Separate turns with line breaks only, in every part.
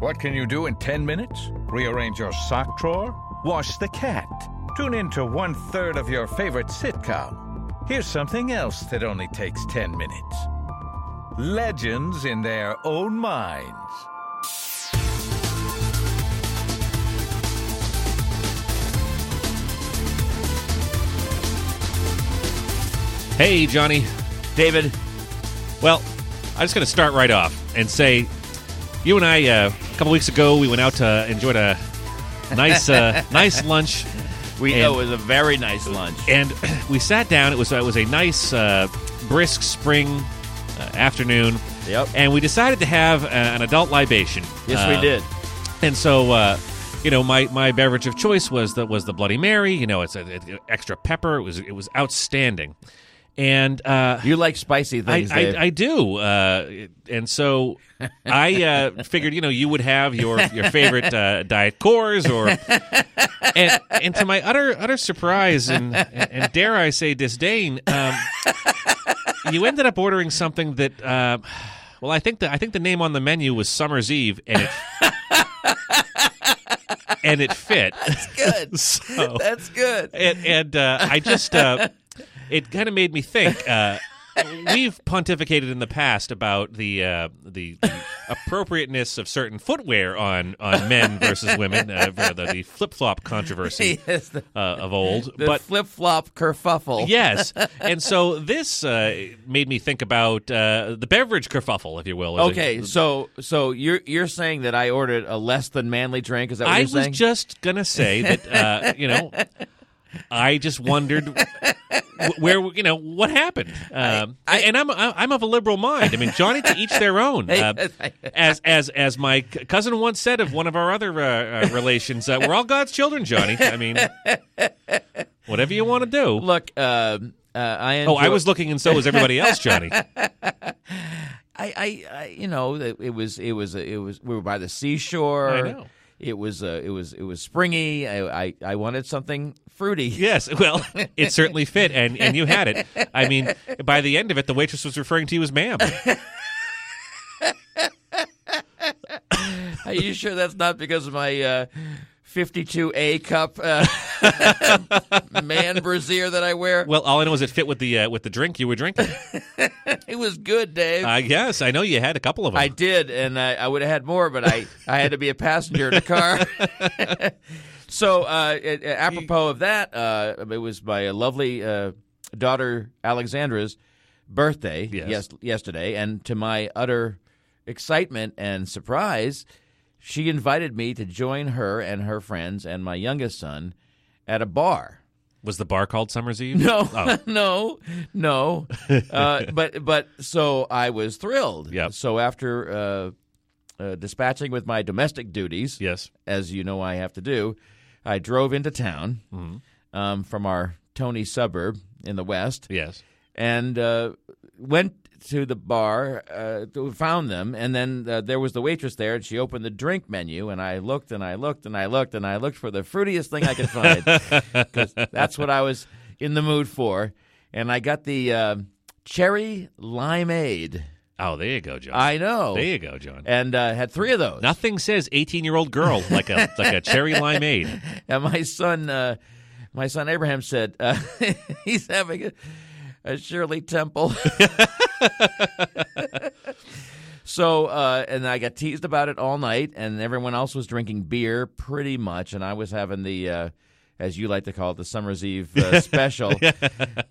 What can you do in 10 minutes? Rearrange your sock drawer? Wash the cat? Tune in to one third of your favorite sitcom? Here's something else that only takes 10 minutes legends in their own minds.
Hey, Johnny. David. Well, I'm just going to start right off and say you and I, uh, a couple weeks ago, we went out to enjoyed a nice uh, nice lunch.
We
And-
it was a very nice lunch.
And we sat down. It was, it was a nice, uh, brisk spring uh, afternoon.
Yep.
And we decided to have uh, an adult libation.
yes,
Uh,
we did.
And so, uh, you know, my, my beverage of choice was the was the Bloody Mary. You know, it's a, it, extra pepper. It was it was outstanding. And uh,
You like spicy
I,
things, Dave.
I, I do, uh, and so I uh, figured you know you would have your your favorite uh, diet cores or and, and to my utter utter surprise and and dare I say disdain, um, you ended up ordering something that uh, well I think the I think the name on the menu was Summer's Eve and it and it fit
good.
so
That's good.
and, and uh, I just uh, it kind of made me think. Uh, we've pontificated in the past about the, uh, the the appropriateness of certain footwear on on men versus women, uh, for the, the flip flop controversy
yes, the,
uh, of old.
the
but
flip flop kerfuffle.
yes, and so this uh, made me think about uh, the beverage kerfuffle, if you will. as a-
Okay, so so you're you're saying that I ordered a less than manly drink? Is that what
I
you're
was
saying?
just gonna say that uh, you know, I just wondered wh- where you know what happened. Um, and I'm I'm of a liberal mind. I mean, Johnny to each their own. Uh, as as as my c- cousin once said of one of our other uh, uh, relations, uh, we're all God's children, Johnny. I mean, whatever you want to do.
Look, um uh, I enjoy,
Oh, I was looking, and so was everybody else, Johnny.
I, I, I you know it it was it was it was we were by the seashore.
I know.
It was uh, it was it was springy. I I, I wanted something fruity.
Yes, well, it certainly fit, and, and you had it. I mean, by the end of it, the waitress was referring to you as ma'am.
Are you sure that's not because of my uh, 52A cup uh, man brassiere that I wear?
Well, all I know is it fit with the uh, with the drink you were drinking.
It was good, Dave.
I guess I know you had a couple of them.
I did, and I, I would have had more, but I, I had to be a passenger in a car. so, uh, it- it- apropos of that, uh, it was my lovely uh, daughter Alexandra's birthday
Yes.
yes, yesterday, and to my utter excitement and surprise, she invited me to join her and her friends and my youngest son at a bar.
Was the bar called Summer's Eve?
No,
Oh.
no, no. Uh, but but so I was thrilled.
Yep.
So after uh, uh, dispatching with my domestic duties,
Yes.
as you know I have to do, I drove into town
Mm-hmm.
um, from our Tony suburb in the west
Yes.
and uh, went to the bar, uh, to- found them, and then uh, there was the waitress there, and she opened the drink menu, and I looked and I looked and I looked and I looked for the fruitiest thing I could find because that's what I was in the mood for, and I got the uh, cherry limeade.
Oh, there you go, John.
I know,
there you go, John.
and uh, had three of those.
Nothing says eighteen-year-old girl like a like a cherry limeade.
And my son, uh, my son Abraham said uh, he's having a, a Shirley Temple. so, uh, and I got teased about it all night, and everyone else was drinking beer pretty much, and I was having the. Uh, as you like to call it, the summer's eve uh, special,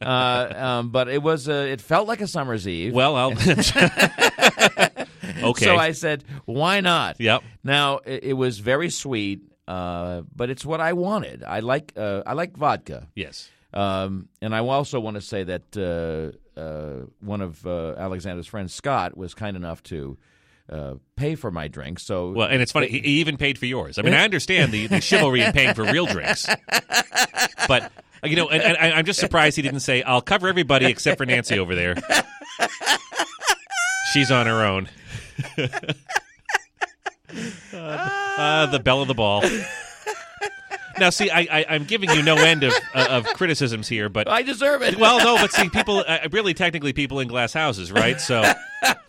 uh, um, but it was uh, it felt like a summer's eve.
Well, I'll. okay.
So I said, why not?
Yep.
Now it, it was very sweet, uh, but it's what I wanted. I like uh, I like vodka,
Yes.
um, and I also want to say that uh, uh, one of uh, Alexander's friends, Scott, was kind enough to uh, pay for my drink. So
Well, and it's funny. He he even paid for yours. I mean, I understand the, the chivalry in paying for real drinks, but you know, and, and I, I'm just surprised he didn't say, "I'll cover everybody except for Nancy over there." She's on her own. Uh, the bell of the ball. Now, see, I, I, I'm giving you no end of of criticisms here, but
I deserve it.
well, no, but see, people uh, really technically people in glass houses, right? So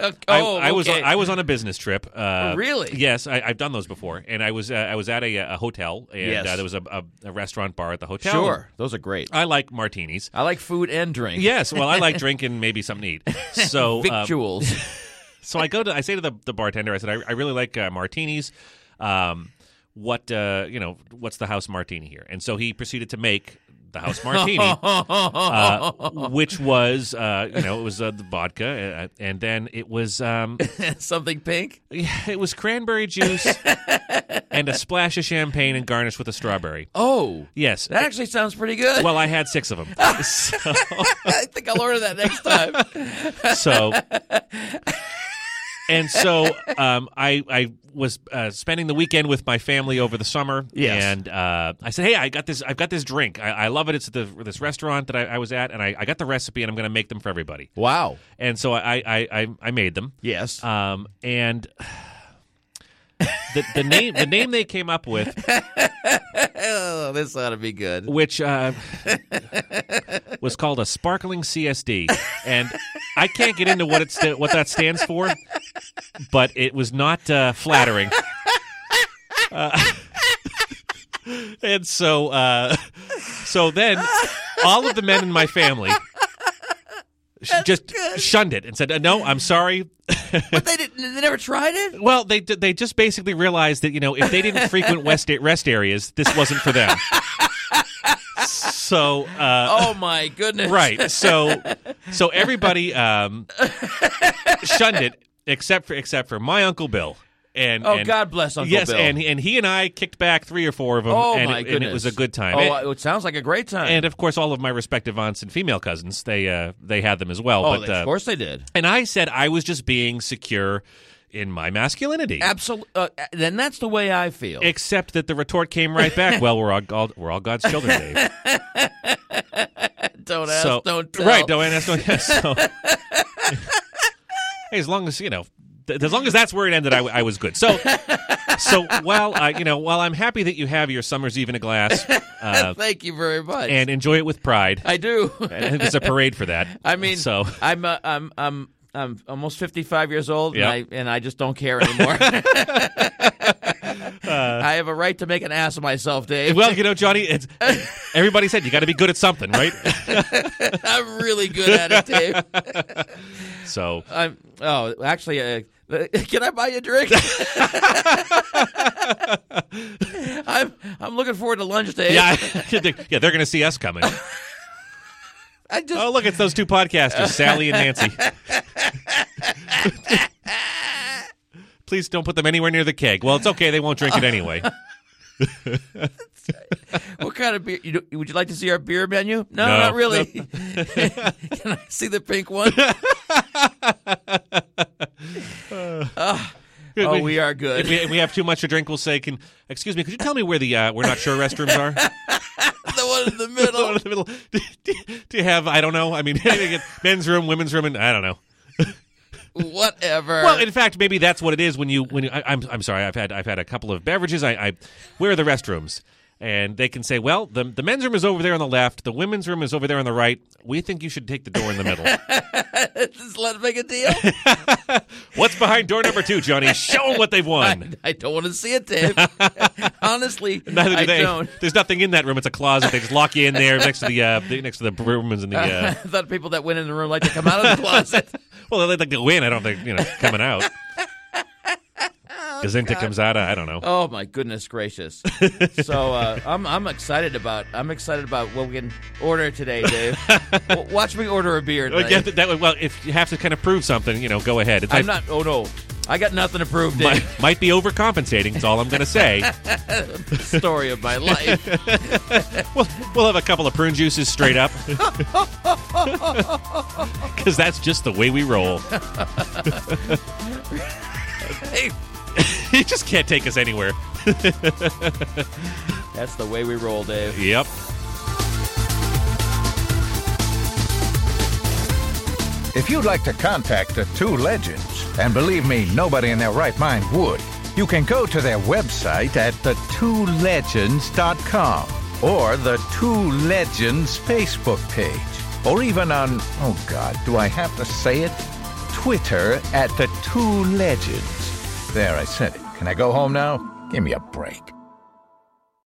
oh,
I, I was
okay.
on, I was on a business trip. Uh,
Oh, really?
Yes, I, I've done those before, and I was uh, I was at a, a hotel, and
Yes.
uh, there was a, a, a restaurant bar at the hotel.
sure. Those are great.
I like martinis.
I like food and drink.
Yes, well, I like drinking, maybe something to eat. So, um,
Victuals.
so I go to I say to the, the bartender, I said, I, I really like uh, martinis. Um, what uh, you know, what's the house martini here? And so he proceeded to make the house martini, uh, which was uh, you know it was uh, the vodka, uh, and then it was um,
Something pink.
it was cranberry juice and a splash of champagne and garnished with a strawberry.
Oh,
Yes.
that actually sounds pretty good.
well, I had six of them. So,
I think I'll order that next time.
so- and so um, I I was uh, spending the weekend with my family over the summer.
Yes.
And uh, I said, hey, I got this. I've got this drink. I, I love it. It's at the, this restaurant that I, I was at, and I, I got the recipe, and I'm going to make them for everybody.
wow.
And so I I I, I made them.
Yes.
Um, and the, the name the name they came up with
oh, this ought to be good.
which uh, was called a sparkling CSD, and I can't get into what it sta- what that stands for, but it was not uh, flattering. Uh, and so, uh, so then, all of the men in my family sh- just shunned it and said, uh, "No, I'm sorry."
But they didn't. They never tried it.
Well, they d- they just basically realized that you know if they didn't frequent West rest areas, this wasn't for them. So. Uh,
Oh my goodness.
right so so everybody um shunned it except for except for my uncle bill and
Oh,
and-
God bless Uncle
yes
Bill.
and and he and i kicked back three or four of them
Oh
and,
my
it,
goodness.
and it was a good time
Oh,
and,
uh, it sounds like a great time.
and of course all of my respective aunts and female cousins they uh they had them as well
oh,
but
of
uh,
course they did.
and i said i was just being secure in my masculinity
Absolutely. Uh, then that's the way I feel.
Except that the retort came right back. Well, we're all, all we're all God's children, Dave.
don't ask,
so
don't tell.
right don't ask don't tell. so, hey, as long as you know th- as long as that's where it ended I, w- I was good so so while I you know while i'm happy that you have your summer's even a glass uh,
Thank you very much.
and enjoy it with pride
I do.
I think there's a parade for that
I mean,
so
I'm uh, I'm I'm I'm almost 55 years old,
Yeah.
and I and I just don't care anymore. I have a right to make an ass of myself, Dave.
well you know johnny it's everybody said you got to be good at something right
I'm really good at it, Dave.
so
I'm. Oh, actually, uh, can I buy you a drink? I'm I'm looking forward to lunch, Dave.
yeah yeah they're gonna see us coming
I just
oh look it's those two podcasters sally and nancy please don't put them anywhere near the keg well it's okay they won't drink it anyway
What kind of beer? You do, would you like to see our beer menu?
No.
No, not really. Can I see the pink one? Ah. oh, we are
if
good.
we, if we have too much to drink, we'll say, "Can excuse me? Could you tell me where the uh, we're not sure restrooms are?"
the one in
Go
the middle.
to the middle. Do, do- do you have? I don't know. I mean, men's room, women's room, and I don't know.
Whatever.
Well, in fact, maybe that's what it is when you when you, I, I'm I'm sorry. I've had I've had a couple of beverages. I, I where are the restrooms? And they can say, "Well, the the men's room is over there on the left. The women's room is over there on the right. We think you should take the door in the middle."
Just let's make a deal.
What's behind door number two, Johnny? Show them what they've won.
I don't want to see it, Dave. Honestly,
Neither do
I
they.
don't.
There's nothing in that room. It's a closet. They just lock you in there next to the uh, the- next to the brewmans and the.
I
Uh,
thought people that went in the room like to come out of the closet.
well, they like to win. I don't think you know coming out. Gazinta comes out. I don't know.
Oh my goodness gracious! so uh, I'm I'm excited about I'm excited about what we can order today, Dave. W- Watch me order a beer.
Well,
Tonight.
yeah, that, that- well, if you have to kind of prove something, you know, go ahead. It's
I'm
like-
not. Oh no, I got nothing to prove. Dave.
might, might be overcompensating. Is all I'm going to say.
story of my life.
We'll, we'll have a couple of prune juices straight up, because that's just the way we roll. you just can't take us anywhere.
That's the way we roll, Dave.
Yep.
If you'd like to contact the two legends, and believe me, nobody in their right mind would, you can go to their website at thetwolegends.com or the Two Legends Facebook page, or even on, oh God, do I have to say it? Twitter at the two legends. There, I said it. Can I go home now? Give me a break.